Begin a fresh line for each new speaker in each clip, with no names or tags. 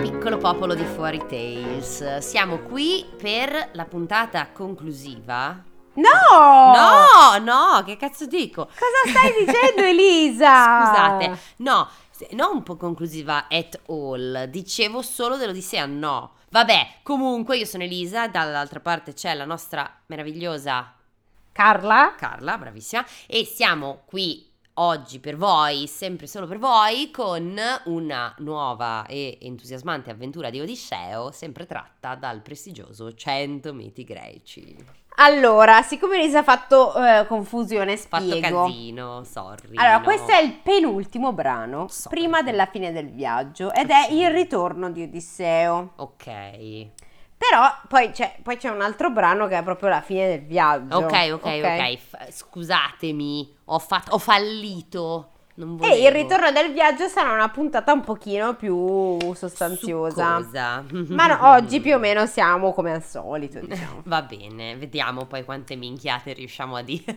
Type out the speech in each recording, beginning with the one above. piccolo popolo di Fuori Tales. Siamo qui per la puntata conclusiva.
No!
No, no, che cazzo dico?
Cosa stai dicendo, Elisa?
Scusate, no, se- non un po' conclusiva at all, dicevo solo dell'Odissea, ah, no. Vabbè, comunque io sono Elisa, dall'altra parte c'è la nostra meravigliosa
Carla?
Carla, bravissima, e siamo qui oggi per voi, sempre solo per voi, con una nuova e entusiasmante avventura di Odisseo, sempre tratta dal prestigioso 100 miti greci.
Allora, siccome Elisa ha fatto eh, confusione,
Fatto
spiego.
casino, sorry.
Allora,
no.
questo è il penultimo brano,
So.
prima della fine del viaggio, ed è il ritorno di Odisseo.
Ok,
Però poi c'è, poi c'è un altro brano che è proprio la fine del viaggio.
ok, ok, ok, F- scusatemi, ho, fatto- ho fallito. Non volevo.
E il ritorno del viaggio sarà una puntata un pochino più sostanziosa.
Succosa.
Ma no, oggi più o meno siamo come al solito, diciamo.
Va bene, vediamo poi quante minchiate riusciamo a dire.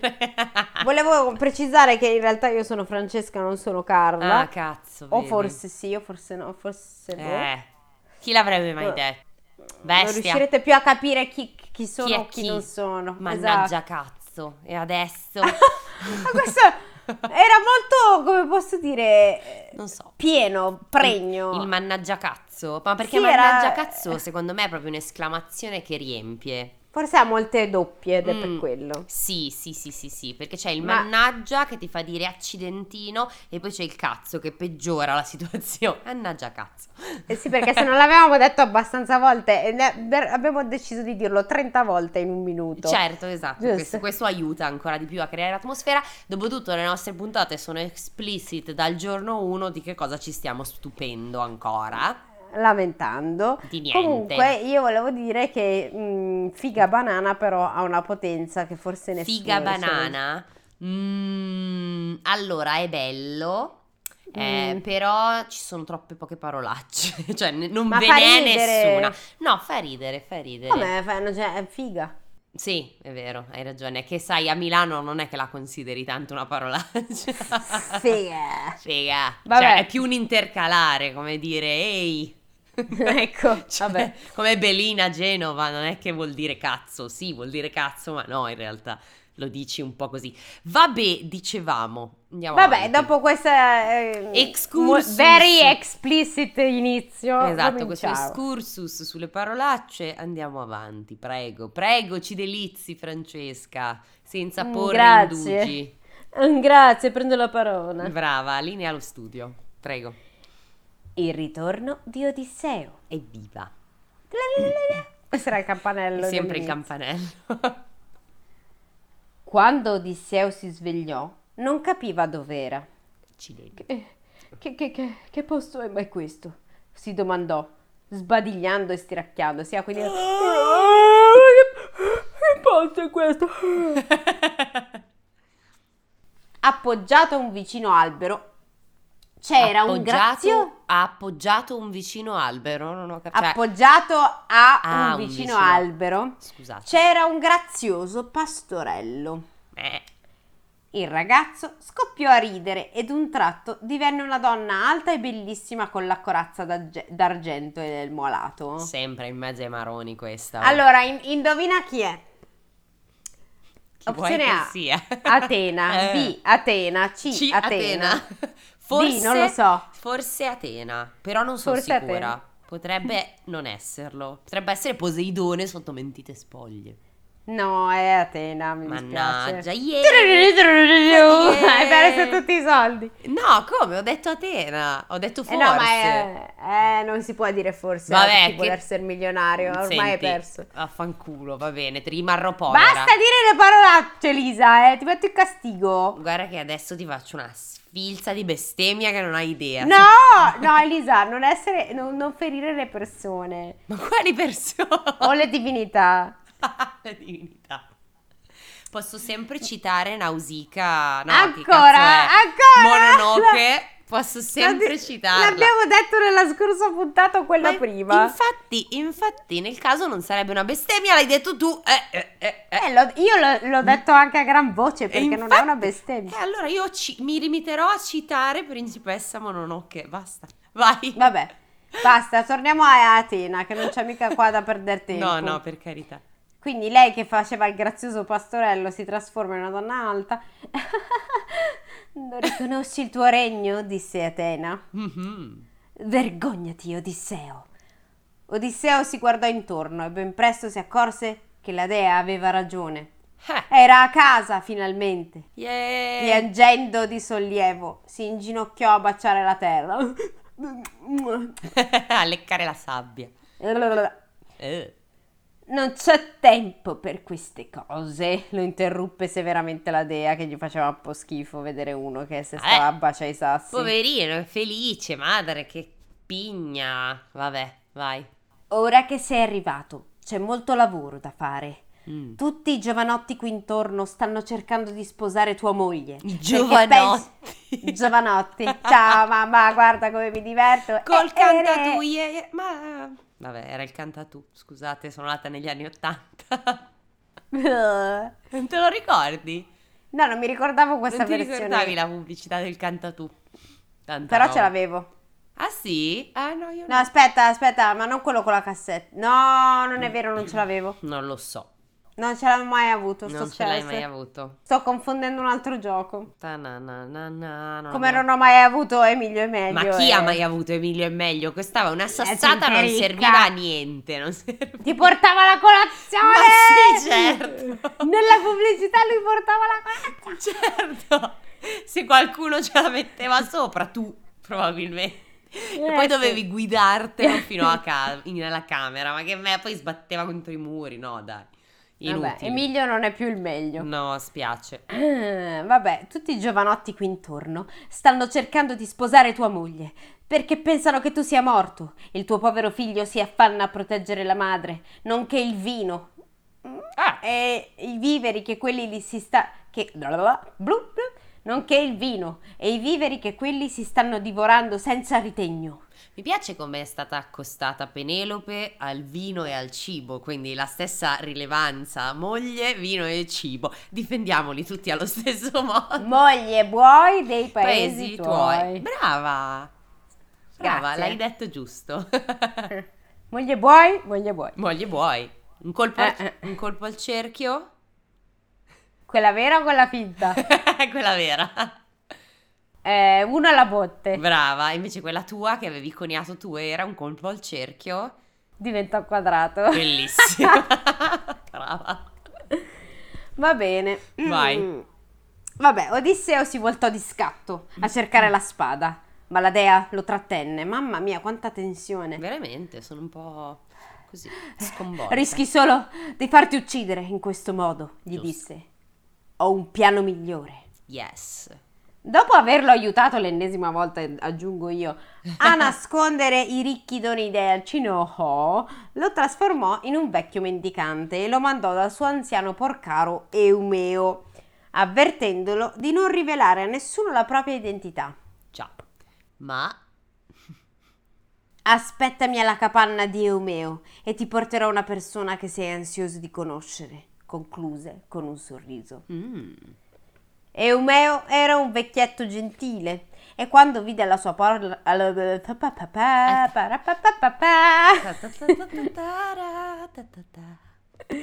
Volevo precisare che in realtà io sono Francesca, non sono Carla.
Ah, cazzo.
o
vedi.
forse sì, o forse no, forse no.
Eh, chi l'avrebbe mai
Eh.
detto?
Non
Bestia.
riuscirete più a capire chi, chi sono
Chi è
o chi,
chi?
non sono.
Mannaggia
Esatto.
cazzo. E adesso?
Ma questo era molto, come posso dire,
Non so.
pieno, pregno.
Il, il mannaggia cazzo. Ma perché
Sì, era-
mannaggia cazzo secondo me è proprio un'esclamazione che riempie.
Forse ha molte doppie ed è per
Mm.
quello.
Sì, sì, sì, sì, sì, perché c'è il
Ma-
mannaggia che ti fa dire accidentino e poi c'è il cazzo che peggiora la situazione. Mannaggia cazzo.
Eh sì, perché se non l'avevamo detto abbastanza volte, e ne- ber- abbiamo deciso di dirlo 30 volte in un minuto.
Certo, esatto,
Giusto.
questo, questo aiuta ancora di più a creare atmosfera. Dopotutto le nostre puntate sono explicit dal giorno 1 di che cosa ci stiamo stupendo ancora.
Lamentando.
Di niente.
Comunque, io volevo dire che mh, figa banana però ha una potenza che forse nessuno...
Figa banana. Mm, allora, è bello. eh,
Mm.
però ci sono troppe poche parolacce, cioè ne- non
Ma
ve
fa
ne è
ridere.
nessuna. No, fa ridere, fa ridere.
Come? Fa- non c'è- è figa.
Sì, è vero, hai ragione. È Che sai, a Milano non è che la consideri tanto una parolaccia.
Figa.
Figa.
Vabbè.
Cioè, è più un intercalare, come dire ehi.
ecco,
Cioè,
vabbè.
Come Belina Genova, non è che vuol dire cazzo. Sì, vuol dire cazzo, ma no, in realtà lo dici un po' così. Vabbè, dicevamo. Andiamo
Vabbè,
avanti.
dopo questa eh,
Excursus.
mo- very explicit inizio,
Esatto, questo
cominciamo.
excursus sulle parolacce, andiamo avanti, prego, prego, ci delizi Francesca, senza
Mm,
porre
grazie.
indugi.
Mm, Grazie, prendo la parola.
Brava, linea allo studio, prego.
Il ritorno di Odisseo.
Evviva.
Questo era il campanello.
Sempre il
dell'inizio.
campanello.
Quando Odisseo si svegliò, non capiva dov'era.
Accidenti.
Che, che, che, che- che posto è mai questo? Si domandò, sbadigliando e stiracchiandosi. Ah, quindi... che posto è questo? appoggiato a un vicino albero c'era un grazioso
Ha appoggiato un vicino albero, non ho cioè, capito.
appoggiato Cioè, a
Ah,
un
un
vicino
vicino.
albero
Scusate.
c'era un grazioso pastorello
Eh,
il ragazzo scoppiò a ridere ed un tratto divenne una donna alta e bellissima con la corazza d'arge- d'argento e il molato
sempre in mezzo ai maroni questa. oh.
allora in- indovina chi è
Chi vuoi
opzione
che
A.
sia? Eh.
Atena B Atena C,
C,
Atena,
Forse,
D, non lo so
Forse Atena, però non sono
Forse
sicura.
Atena.
Potrebbe non esserlo. Potrebbe essere Poseidone sotto mentite spoglie.
No, è Atena, mi
Mannaggia,
dispiace.
yeah.
Hai perso tutti i soldi.
No, come? Ho detto Atena. Ho detto
Eh
forse.
no, ma è- eh, non si può dire forse
Vabbè,
a chi vuole
che-
essere milionario, ormai hai
Senti,
perso.
Affanculo, va bene, ti rimarrò povera.
Basta dire le parolacce, Elisa, eh, ti metto in castigo.
Guarda che adesso ti faccio una sfilza di bestemmia che non hai idea.
No, no, Elisa, non essere non, non ferire le persone
Ma quali persone?
o le divinità.
La divinità. Posso sempre citare Nausica. No, che cazzo
Ancora,
è?
ancora?
Mononoke. Posso sempre
La di-
citarla.
L'abbiamo detto nella scorsa puntata o quella
Ma
prima.
Infatti, infatti, nel caso non sarebbe una bestemmia, l'hai detto tu. Eh, eh, eh, eh.
Eh, l'ho- io l'ho, l'ho detto anche a gran voce perché
E
non è una
infatti-
bestemmia.
Eh, allora io ci- mi limiterò a citare Principessa Mononoke. Basta. Vai.
Vabbè. Basta, torniamo a Atena, che non c'è mica qua da perdere tempo.
No, no, per carità.
Quindi lei che faceva il grazioso pastorello si trasforma in una donna alta. non riconosci il tuo regno? disse Atena.
Mhm.
Vergognati, Odisseo. Odisseo si guardò intorno e ben presto si accorse che la dea aveva ragione.
Eh.
Era a casa finalmente.
Yeah.
Piangendo di sollievo, si inginocchiò a baciare la terra.
a leccare la sabbia. Eh.
Non c'è tempo per queste cose, lo interruppe severamente la dea che gli faceva un po' schifo vedere uno che se
Eh.
stava a baciare i sassi.
Poverino, è felice, madre, che pigna. Vabbè, vai.
Ora che sei arrivato, c'è molto lavoro da fare.
Mm.
Tutti i giovanotti qui intorno stanno cercando di sposare tua moglie. perché pens-
Giovanotti.
Giovanotti. Ciao mamma, guarda come mi diverto.
Col
Eh, eh, eh.
cantatui. eh, Ma... Vabbè, era il cantatù. Scusate, sono nata negli anni Ottanta. non te lo ricordi?
eh. No, non mi ricordavo questa
non ti
versione.
ricordavi la pubblicità del cantatù? Tanta
Però
roba.
ce l'avevo.
Ah sì? Ah no, io no.
No, aspetta, aspetta, ma non quello con la cassetta. No, non è vero, non ce l'avevo.
Non lo so.
Non ce l'avevo mai avuto. Sto,
non ce l'hai
scherzo.
mai avuto.
Sto confondendo un altro gioco.
Ta-na-na-na-na, non
Come
abbiamo-
non ho mai avuto Emilio e Meglio.
Ah, Ma chi
eh.
ha mai avuto Emilio e meglio? Questa era una
gente
sassata, non
ricca.
serviva a niente. Non serviva.
Ti portava la colazione!
Ma sì, certo.
Nella pubblicità lui portava la colazione.
Certo, se qualcuno ce la metteva sopra, tu probabilmente. E
Eh,
poi
sì.
dovevi guidartelo fino a ca- in- alla camera, ma che me poi sbatteva contro i muri, no dai. Inutile.
Vabbè, Emilio non è più il meglio.
No, spiace.
Ah, Vabbè, tutti i giovanotti qui intorno stanno cercando di sposare tua moglie perché pensano che tu sia morto. Il tuo povero figlio si affanna a proteggere la madre, nonché il vino Eh.
Ah,
e i viveri che quelli lì si sta che blu, blu, nonché il vino e i viveri che quelli si stanno divorando senza ritegno.
mi piace come è stata accostata Penelope al vino e al cibo, quindi la stessa rilevanza, moglie, vino e cibo. Difendiamoli tutti allo stesso modo.
Moglie e buoi dei paesi, tuoi.
Brava. Brava,
Grazie.
l'hai detto giusto.
Moglie e buoi, moglie e buoi.
Moglie vuoi? Un colpo, al,
Eh, eh.
un colpo al cerchio?
Quella vera o quella finta?
quella vera.
Eh, uno alla botte.
Brava, invece quella tua che avevi coniato tu era un colpo al cerchio.
diventa un quadrato.
Bellissima. Brava.
Va bene.
Vai.
Mm. Vabbè, Odisseo si voltò di scatto a cercare la spada, ma la dea lo trattenne. Mamma mia, quanta tensione.
Eh, Veramente, sono un po' così sconvolta.
Rischi solo di farti uccidere in questo modo, gli
Giusto.
disse. Ho un piano migliore.
Yes.
Dopo averlo aiutato l'ennesima volta, aggiungo io, a nascondere i ricchi doni del Cinoho, lo trasformò in un vecchio mendicante e lo mandò dal suo anziano porcaro Eumeo, avvertendolo di non rivelare a nessuno la propria identità.
Ciao. Ma
Aspettami alla capanna di Eumeo e ti porterò una persona che sei ansioso di conoscere, concluse con un sorriso.
mm,
Eumeo era un vecchietto gentile e quando vide la sua parla alla- pa- pa- pa- pa- pa- pa- pa- pa- pa-
ta- ta- ta- ta- ta- ta- ta- ta- ta.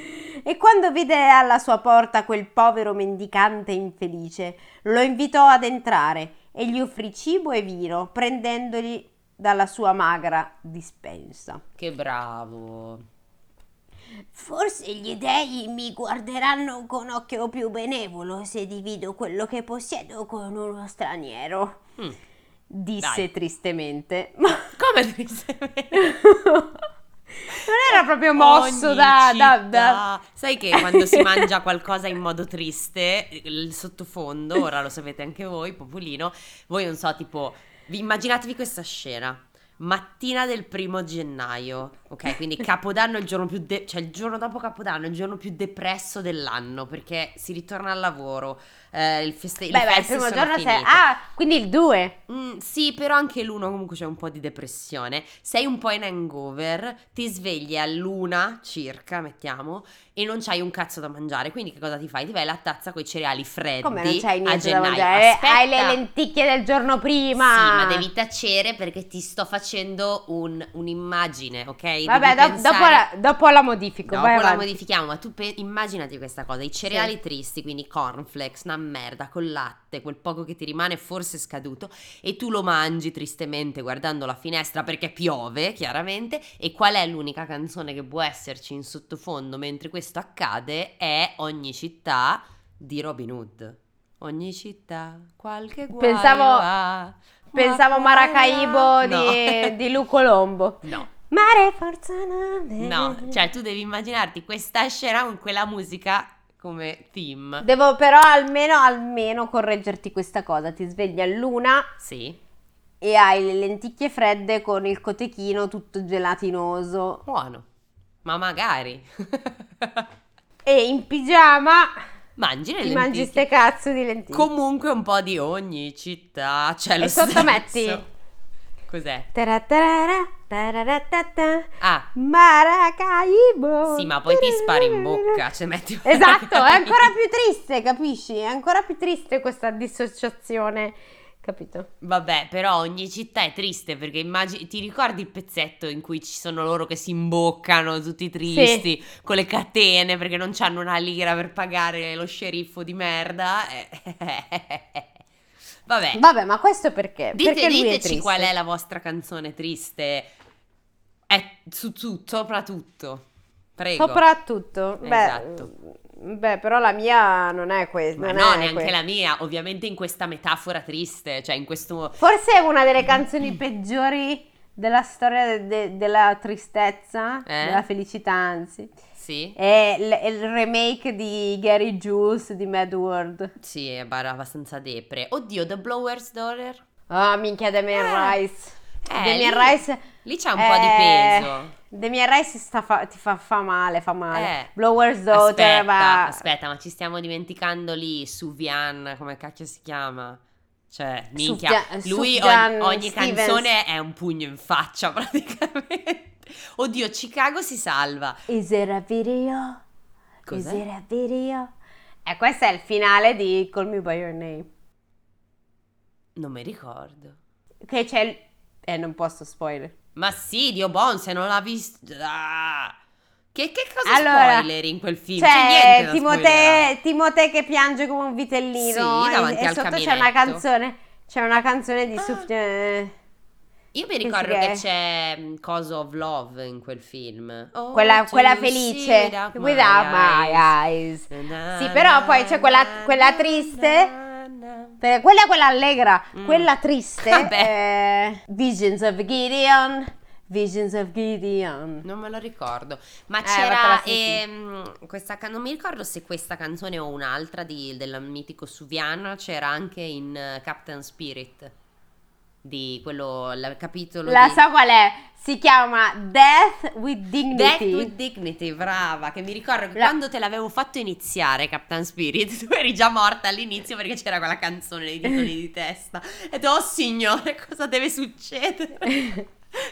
e quando vide alla sua porta quel povero mendicante infelice, lo invitò ad entrare e gli offrì cibo e vino, prendendogli dalla sua magra dispensa.
che bravo.
Forse gli dei mi guarderanno con occhio più benevolo se divido quello che possiedo con uno straniero,
Mm.
disse
Dai.
tristemente. Ma
Come tristemente.
non era proprio mosso
Ogni
da, da-
città.
da-
Sai che quando si mangia qualcosa in modo triste, il sottofondo, ora lo sapete anche voi, Popolino, voi non so, tipo, vi immaginatevi questa scena. Mattina del primo gennaio, ok? Quindi Capodanno è il giorno più, de- cioè il giorno dopo Capodanno è il giorno più depresso dell'anno perché si ritorna al lavoro, eh, il feste- le
Beh, beh, il
feste
primo
sono
giorno sei...
finite.
Ah, quindi il 2.
Mm, sì, però anche l'uno comunque c'è un po' di depressione. Sei un po' in hangover, ti svegli all'una circa, mettiamo, e non c'hai un cazzo da mangiare. Quindi che cosa ti fai? Ti vai la tazza con i cereali freddi
Come non c'hai
a
niente da
gennaio.
mangiare? Eh,
Aspetta.
Hai le lenticchie del giorno prima.
Sì, ma devi tacere perché ti sto facendo un- un'immagine, ok?
Vabbè,
Devi
do- dopo,
pensare-
la, dopo la modifico.
Dopo
vai
la
avanti.
modifichiamo, ma tu pe- immaginati questa cosa: i cereali tristi, quindi cornflakes, una merda col latte, quel poco che ti rimane forse scaduto, e tu lo mangi tristemente guardando la finestra perché piove, chiaramente. E qual è l'unica canzone che può esserci in sottofondo mentre questo accade? È Ogni città di Robin Hood. Ogni città, qualche guaio
Pensavo-
ha,
Pensavo
ma qual è
Maracaibo
la-
di, di Lu Colombo.
No. no.
Mare forza nave.
No, cioè tu devi immaginarti questa scena con quella musica come theme.
Devo però almeno, almeno correggerti questa cosa. Ti svegli all'una
Sì.
e hai le lenticchie fredde con il cotechino tutto gelatinoso.
Buono. Ma magari.
E in pigiama
mangi le
ti
lenticchie.
mangi ste cazzo di lenticchie.
Comunque un po' di ogni città, cioè lo
E sottometti.
stesso. Cos'è?
Taratarara, tararatata,
Ah,
Maracaibo.
sì, ma poi ti spari in bocca, cioè metti
Esatto, è ancora più triste, capisci? È ancora più triste questa dissociazione, capito?
Vabbè, però ogni città è triste perché immagini, ti ricordi il pezzetto in cui ci sono loro che si imboccano tutti tristi con le catene perché non hanno una lira per pagare lo sceriffo di merda? Eh, Vabbè,
Vabbè, ma questo perché?
Eh. Dite-
perché lui è
diteci
triste.
qual è la vostra canzone triste, è su tutto, sopra tutto. Prego.
Soprattutto, beh,
Esatto.
beh, però la mia non è questa.
Ma
non
no,
è
neanche
questa.
la mia, ovviamente in questa metafora triste, cioè in questo...
Forse è una delle canzoni peggiori della storia de- della tristezza,
Eh?
della felicità, anzi.
Sì?
È l- è il remake di Gary Jules di Mad World.
Sì, è bar- abbastanza depre. Oddio, The Blower's Daughter?
Ah, minchia Damien
Eh.
Rice.
Eh,
Damien
lì-
Rice.
Lì c'è un po' di
eh,
peso.
Damien Rice sta fa- ti fa, fa male, fa male.
Eh.
Blower's Daughter
Aspetta,
va...
aspetta, ma ci stiamo dimenticando lì Suvian, come cacchio si chiama? Cioè, minchia,
Sufjan-
lui
Sufjan
ogni, ogni
Stevens.
canzone è un pugno in faccia praticamente. Oddio, Chicago si salva.
Is it a video? Is
Cos'è?
it a video? E Eh, questo è il finale di Call Me By Your Name.
Non mi ricordo.
Che c'è... il- Eh, non posso spoiler.
Ma sì, Dio buon, se non l'ha visto... Ah! Che, che cosa
Allora, cioè,
spoileri in quel film?
C'è
niente da spoilerare.
Timotè, Timotè che piange come un vitellino
Sì,
e-
davanti
e,
al
sotto c'è
caminetto.
una canzone, c'è una canzone di
Ah.
Sufjan-
Io mi
Pensi
ricordo
che-
che c'è mh, Coso of Love in quel film. Oh,
quella,
to
quella
see
felice
without my
without my
eyes.
eyes.
Na,
Sì, però poi c'è quella- quella triste.
na.
Per- quella è quella allegra,
Mm.
quella triste.
Vabbè.
eh, Visions of Gideon. Visions of Gideon.
Non me lo ricordo, ma
Eh, vattela,
c'era
sì, sì.
ehm, questa can- non mi ricordo se questa canzone o un'altra di, del mitico Suviana c'era anche in eh, Captain Spirit di quello il capitolo
La
di
so qual è. Si chiama Death with Dignity.
Death with Dignity, brava, che mi ricordo che
La-
quando te l'avevo fatto iniziare Captain Spirit, tu eri già morta all'inizio perché c'era quella canzone dei titoli di testa. E tu, oh signore, cosa deve succedere? mi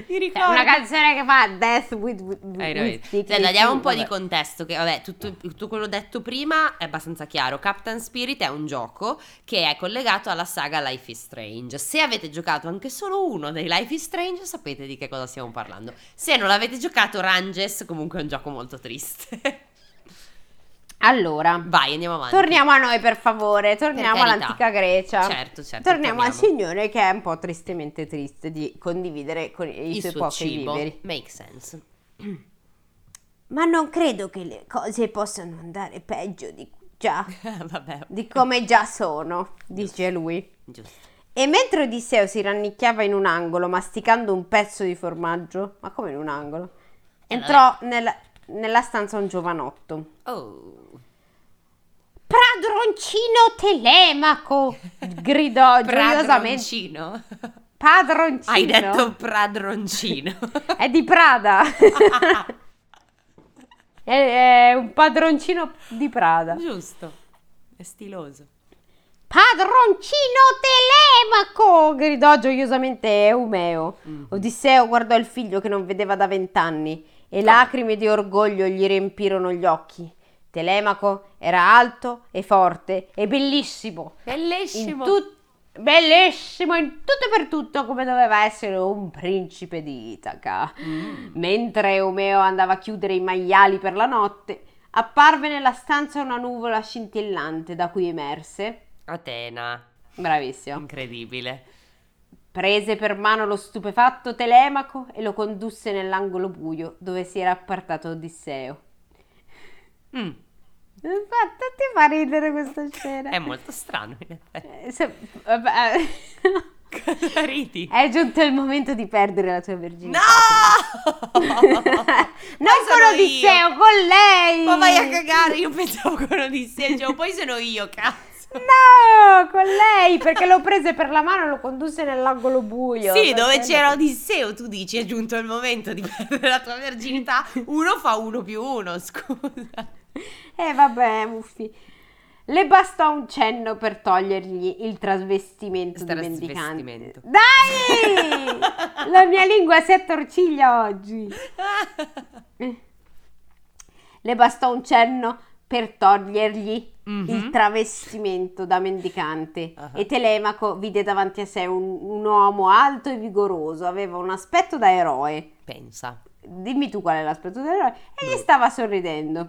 Cioè,
ricordo.
Una canzone che fa Death with, with,
Hai
with
ragione.
Dignity.
Senta, diamo un po'
Vabbè.
di contesto, che vabbè, tutto, tutto quello detto prima è abbastanza chiaro. Captain Spirit è un gioco che è collegato alla saga Life is Strange. Se avete giocato anche solo uno dei Life is Strange, sapete di che cosa stiamo parlando. Se non l'avete giocato, Ranges comunque è un gioco molto triste.
Allora,
Vai, andiamo avanti.
torniamo a noi per favore. Torniamo
Per carità.
all'antica Grecia.
Certo, certo.
Torniamo al signore che è un po' tristemente triste di condividere con i
il
suoi
suo
pochi
cibo.
viveri.
Make sense.
Ma non credo che le cose possano andare peggio di, già,
vabbè.
di come già sono, dice lui.
Giusto.
E mentre Odisseo si rannicchiava in un angolo, masticando un pezzo di formaggio, ma come in un angolo,
Eh,
entrò nella- nella stanza un giovanotto.
Oh.
Padroncino telemaco! gridò gioiosamente.
Pradroncino.
Padroncino?
Hai detto pradroncino.
È di Prada! è, è un padroncino di Prada.
Giusto. È stiloso.
Padroncino telemaco! gridò gioiosamente Eumeo.
Mhm.
Odisseo guardò il figlio che non vedeva da vent'anni e lacrime di orgoglio gli riempirono gli occhi. Telemaco era alto e forte e bellissimo. In
Bellissimo.
tut- bellissimo in tutto e per tutto come doveva essere un principe di Itaca.
Mm.
Mentre Eumeo andava a chiudere i maiali per la notte, apparve nella stanza una nuvola scintillante da cui emerse.
Atena,
Bravissimo.
incredibile.
Prese per mano lo stupefatto Telemaco e lo condusse nell'angolo buio dove si era appartato Odisseo.
Mm,
Infatti ti fa ridere questa scena.
È molto strano in effetti.
Eh, se- vabbè, eh.
Cosa ridi?
È giunto il momento di perdere la tua
No!
verginità. non con
sono
Odisseo,
io.
con lei!
Ma vai a cagare, io pensavo con Odisseo, cioè, poi sono io, cazzo.
No, con lei, perché lo prese per la mano e lo condusse nell'angolo buio.
Sì, dove
Perché-
c'era Odisseo, tu dici è giunto il momento di perdere la tua verginità. Uno fa uno più uno, scusa.
Eh vabbè, Muffi. Le bastò un cenno per togliergli il trasvestimento di mendicante.
Trasvestimento.
Dai! La mia lingua si attorciglia oggi. Le bastò un cenno per togliergli il
Mhm.
travestimento da mendicante
Ah.
e Telemaco vide davanti a sé un, un uomo alto e vigoroso, aveva un aspetto da eroe.
Pensa.
Dimmi tu qual è l'aspetto dell'eroe. E gli
Beh.
stava sorridendo.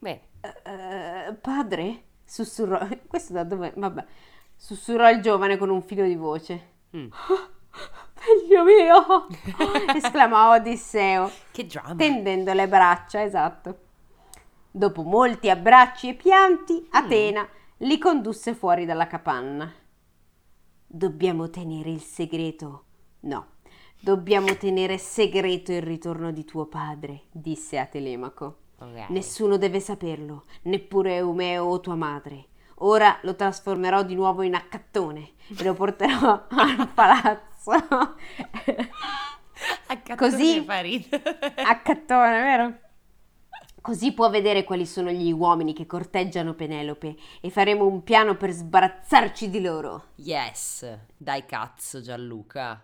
Beh,
Eh, padre? Sussurrò. Questo da dove? Vabbè. Sussurrò il giovane con un filo di voce.
Mm.
"Oh, figlio mio! esclamò Odisseo,
che dramma.
tendendo le braccia, esatto. Dopo molti abbracci e pianti, Atena li condusse fuori dalla capanna. Dobbiamo tenere il segreto. No, dobbiamo tenere segreto il ritorno di tuo padre, disse a Telemaco.
Ok.
Nessuno deve saperlo, neppure Eumeo o tua madre. Ora lo trasformerò di nuovo in accattone e lo porterò al palazzo.
Accattone
Così-
fa ridere.
accattone, vero? Così può vedere quali sono gli uomini che corteggiano Penelope e faremo un piano per sbarazzarci di loro.
Yes, dai cazzo Gianluca.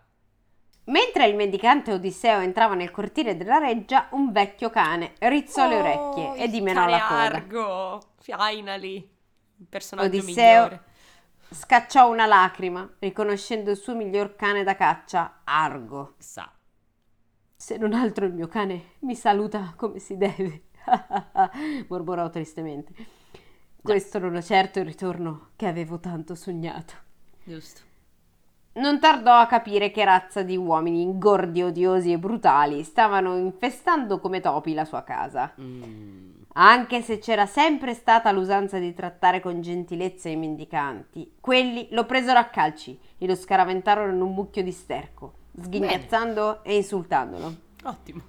Mentre il mendicante Odisseo entrava nel cortile della reggia, un vecchio cane rizzò
Oh,
le orecchie e dimenò la coda.
Argo, finally. Il personaggio
Odisseo.
migliore.
Scacciò una lacrima, riconoscendo il suo miglior cane da caccia, Argo.
Sa.
Se non altro il mio cane mi saluta come si deve, mormorò tristemente. Questo non è certo il ritorno che avevo tanto sognato.
Giusto.
Non tardò a capire che razza di uomini ingordi, odiosi e brutali stavano infestando come topi la sua casa.
Mm,
Anche se c'era sempre stata l'usanza di trattare con gentilezza i mendicanti, quelli lo presero a calci e lo scaraventarono in un mucchio di sterco, sghignazzando e insultandolo.
ottimo.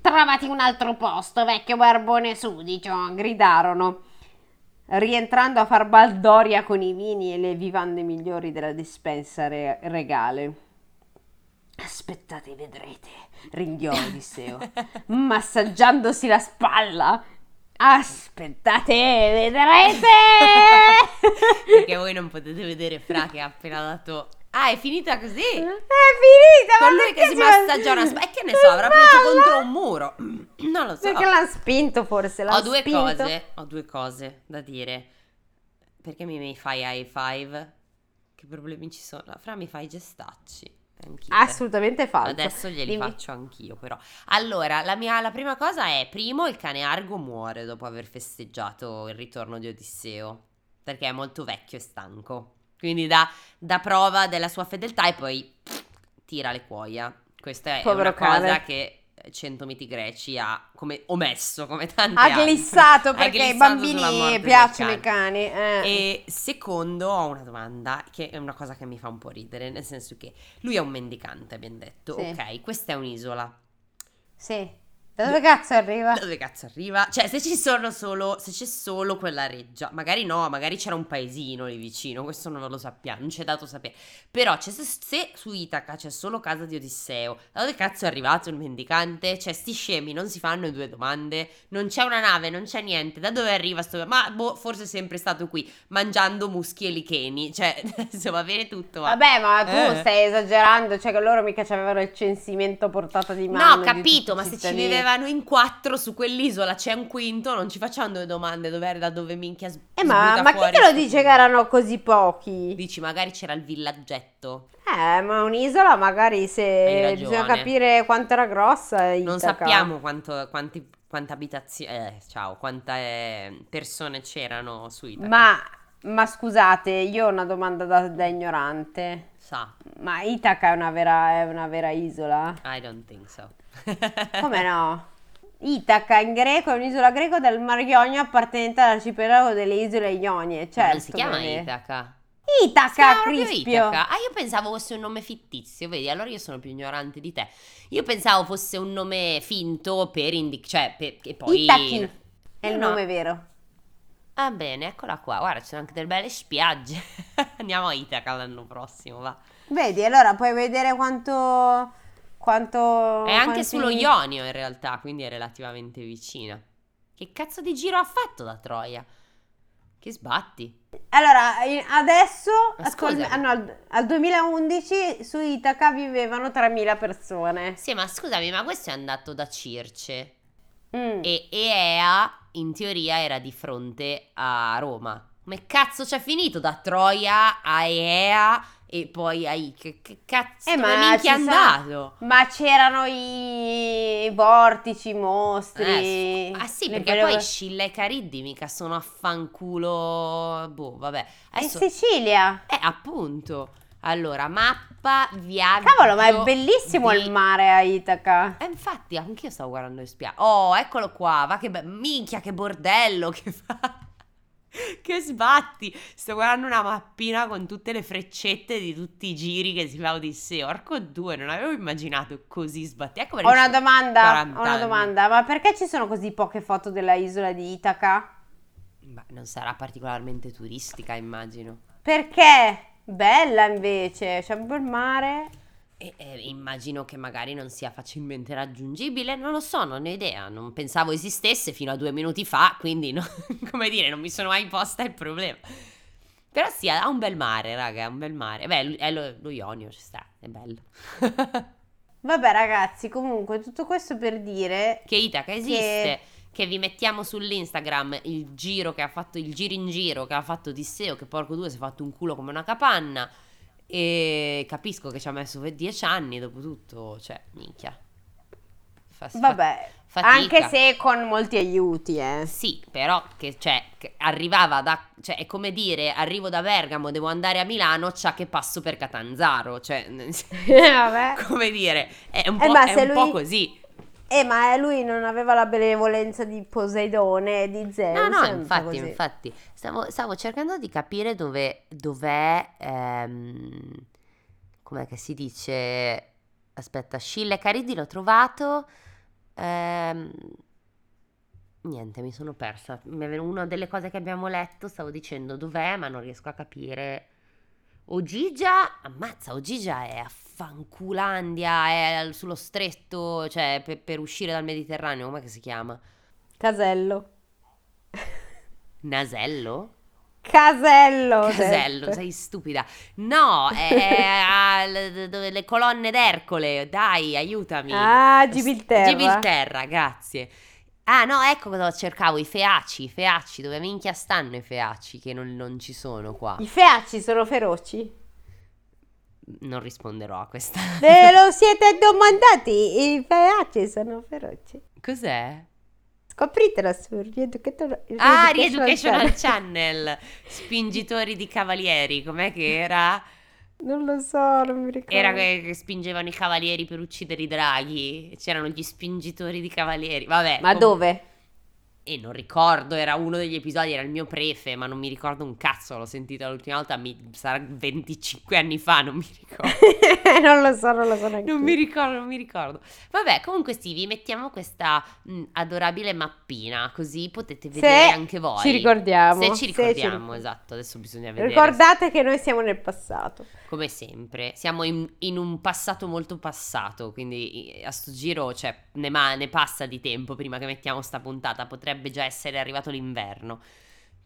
Trovati un altro posto, vecchio barbone sudicio, gridarono, rientrando a far baldoria con i vini e le vivande migliori della dispensa re- regale. Aspettate, vedrete, ringhiò Odisseo, massaggiandosi la spalla. Aspettate, vedrete!
Perché voi non potete vedere Fra che ha appena dato... Ah, è finita così?
È finita! ma
Colui che
perché
si
va-
massaggia una spa- E che ne so, avrà preso
Spalla?
contro un muro. Non lo so.
Perché l'ha spinto forse, l'ha
ho due
spinto.
cose, ho due cose da dire. Perché mi, mi fai high five? Che problemi ci sono? Fra mi fai gestacci. Anch'io.
Ah,
eh.
Assolutamente falso.
Adesso glieli
Dimmi.
faccio anch'io, però. Allora, la, mia, la prima cosa è: primo, il cane Argo muore dopo aver festeggiato il ritorno di Odisseo, perché è molto vecchio e stanco. Quindi dà dà prova della sua fedeltà e poi pff, tira le cuoia. Questa è
Povero
una cosa
cane.
che Cento miti greci ha come omesso come tante
ha
altre.
glissato
Ha
perché ai
glissato sulla morte
bambini
del
piacciono
cane.
i cani. eh.
E secondo ho una domanda che è una cosa che mi fa un po' ridere, nel senso che lui è un mendicante, abbiamo detto,
Sì.
ok, questa è un'isola.
Sì. Da dove cazzo arriva?
Da dove cazzo arriva? Cioè, se ci sono solo, se c'è solo quella reggia, magari no, magari c'era un paesino lì vicino, questo non lo sappiamo, non c'è dato sapere. Però c'è- se, se su Itaca c'è solo casa di Odisseo, da dove cazzo è arrivato il mendicante? Cioè, sti scemi non si fanno due domande, non c'è una nave, non c'è niente, da dove arriva sto... Ma boh, forse è sempre stato qui, mangiando muschi e licheni, cioè, insomma, bene tutto, ma...
Vabbè, ma
Eh.
tu stai esagerando, cioè che loro mica c'avevano il censimento a portata di mano.
No,
di
capito,
tutti i
ma se ci
cittadini.
viveva rimanevano in quattro su quell'isola, c'è un quinto, non ci facciamo due domande, dov'era, da dove minchia s-
Eh, ma,
sbuta
ma chi
fuori
te lo
sto-
dice che erano così pochi?
Dici, magari c'era il villaggetto.
Eh, ma un'isola magari
Hai
se
ragione.
bisogna capire quanto era grossa.
Non
Itaca.
sappiamo quanto, quanti, quanta abitazione, eh, ciao, quante eh, persone c'erano su Itaca.
Ma, ma scusate, io ho una domanda da, da ignorante.
Sa,
Ma Itaca è una vera, è una vera isola?
I don't think so.
Come no? Itaca in greco è un'isola greco del Mar Ionio appartenente all'arcipelago delle isole Ionie.
Ma
Certo,
non si chiama
bene.
Itaca. Si
Itaca,
chiama proprio
Crispio.
Itaca. Ah, io pensavo fosse un nome fittizio, vedi? Allora io sono più ignorante di te. Io pensavo fosse un nome finto per indi- cioè per- che poi Eh,
Itachi è
Io
il
no.
nome vero.
Ah, bene, eccola qua. Guarda, ci sono anche delle belle spiagge. Andiamo a Itaca l'anno prossimo, va.
Vedi, allora puoi vedere quanto. quanto
È anche
quanti-
sullo Ionio in realtà, quindi è relativamente vicina. Che cazzo di giro ha fatto da Troia? Che sbatti.
Allora, in- adesso
Ma
ascol-
scusami.
ah, no, al, al 2011 su Itaca vivevano 3.000 persone.
Sì, ma scusami, ma questo è andato da Circe.
Mm.
E Ea in teoria era di fronte a Roma. Come cazzo c'è finito da Troia a Ea e poi a I? Che, che cazzo
Eh,
dove
ma
minchia è
ci sa-
andato?
Ma c'erano i vortici, i mostri.
Eh, ah sì,
le
perché
vele-
poi Scilla e Cariddi mica sono a fanculo. Boh, vabbè.
In
Adesso,
Sicilia.
eh, appunto. Allora, mappa, viaggio.
Cavolo, ma è bellissimo
di-
il mare a Itaca.
Eh, infatti, anche io stavo guardando le spiagge. Oh, eccolo qua. Va che be- minchia, che bordello che fa. Che sbatti! Sto guardando una mappina con tutte le freccette di tutti i giri che si fa Odisseo. Orco 2, non avevo immaginato così sbatti. Ecco perché
Ho una
ci-
domanda,
40
ho una
anni.
domanda, ma perché ci sono così poche foto della isola di Itaca?
Ma non sarà particolarmente turistica, immagino.
Perché? Bella invece, c'è un bel mare.
E, e immagino che magari non sia facilmente raggiungibile, non lo so, non ne ho idea, non pensavo esistesse fino a due minuti fa, quindi no- come dire, non mi sono mai posta il problema. Però sì, ha un bel mare, raga, ha un bel mare. Beh, è lo, lo Ionio, ci sta, è bello.
Vabbè ragazzi, comunque tutto questo per dire...
che Itaca esiste, che vi mettiamo sull'Instagram il giro che ha fatto, il giro in giro che ha fatto Disseo, che porco due si è fatto un culo come una capanna. E capisco che ci ha messo dieci anni, dopo tutto, cioè, minchia. Fa- fa-
Vabbè,
fatica.
anche se con molti aiuti, eh.
Sì, però che, cioè, che arrivava da... Cioè, è come dire, arrivo da Bergamo, devo andare a Milano, c'ha che passo per Catanzaro. Cioè, nel sen-
Vabbè.
come dire, è un
Eh,
po',
ma
è
se
un po'
lui-
così.
Eh, ma lui non aveva la benevolenza di Poseidone e di Zeus.
No, no,
è un po'
infatti,
così.
infatti. Stavo, stavo cercando di capire dove, dov'è... Ehm, com'è che si dice... Aspetta, Scilla e Cariddi l'ho trovato. Ehm, niente, mi sono persa. Mi è venu- Una delle cose che abbiamo letto, stavo dicendo dov'è, ma non riesco a capire. Ogigia, ammazza, Ogigia è a Fanculandia, è al- sullo stretto, cioè per, per uscire dal Mediterraneo, com'è che si chiama?
Casello.
Nasello?
Casello. ho
Casello,
detto.
sei stupida. No, è, è al- dove le colonne d'Ercole. Dai, aiutami.
Ah, Gibilterra.
Gibilterra, grazie. Ah, no, ecco cosa cercavo, i feaci, i feaci, dove minchia stanno i feaci che non, non ci sono qua.
I feaci sono feroci.
Non risponderò a questa.
Ve lo siete domandati? I feaci sono feroci.
Cos'è?
Scopritelo su Rieducator.
Ah, Reeducational Channel, spingitori di cavalieri, com'è che era?
Non lo so, non mi ricordo.
Era que- che, spingevano i cavalieri per uccidere i draghi. C'erano gli spingitori di cavalieri. Vabbè.
Ma
com-
dove?
E non ricordo, era uno degli episodi, era il mio prefe, ma non mi ricordo un cazzo. L'ho sentito l'ultima volta, mi- sarà 25 anni fa, non mi ricordo.
non lo so, non lo so neanche.
Non mi ricordo, non mi ricordo. Vabbè, comunque sì, vi mettiamo questa mh, adorabile mappina, così potete
Se
vedere anche voi.
Ci ricordiamo.
Se ci ricordiamo,
ricordiamo.
esatto, adesso bisogna vedere.
Ricordate che noi siamo nel passato.
Come sempre, siamo in, in un passato molto passato, quindi eh, a sto giro cioè, ne, ma- ne passa di tempo prima che mettiamo sta puntata, potrebbe già essere arrivato l'inverno.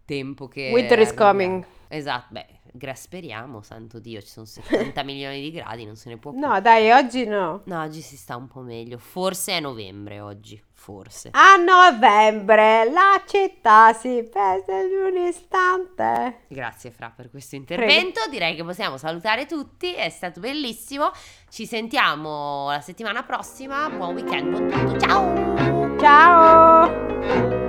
tempo che...
Winter is
arriva.
coming.
Esatto, beh, gra- speriamo, santo Dio, ci sono 70 milioni di gradi, non se ne può più.
No, dai, oggi no.
No, oggi si sta un po' meglio, forse è novembre oggi, forse.
A novembre la città si perde in un istante.
Grazie Fra per questo intervento, direi che possiamo salutare tutti, è stato bellissimo, ci sentiamo la settimana prossima, buon weekend, buon tutto, ciao!
Ciao!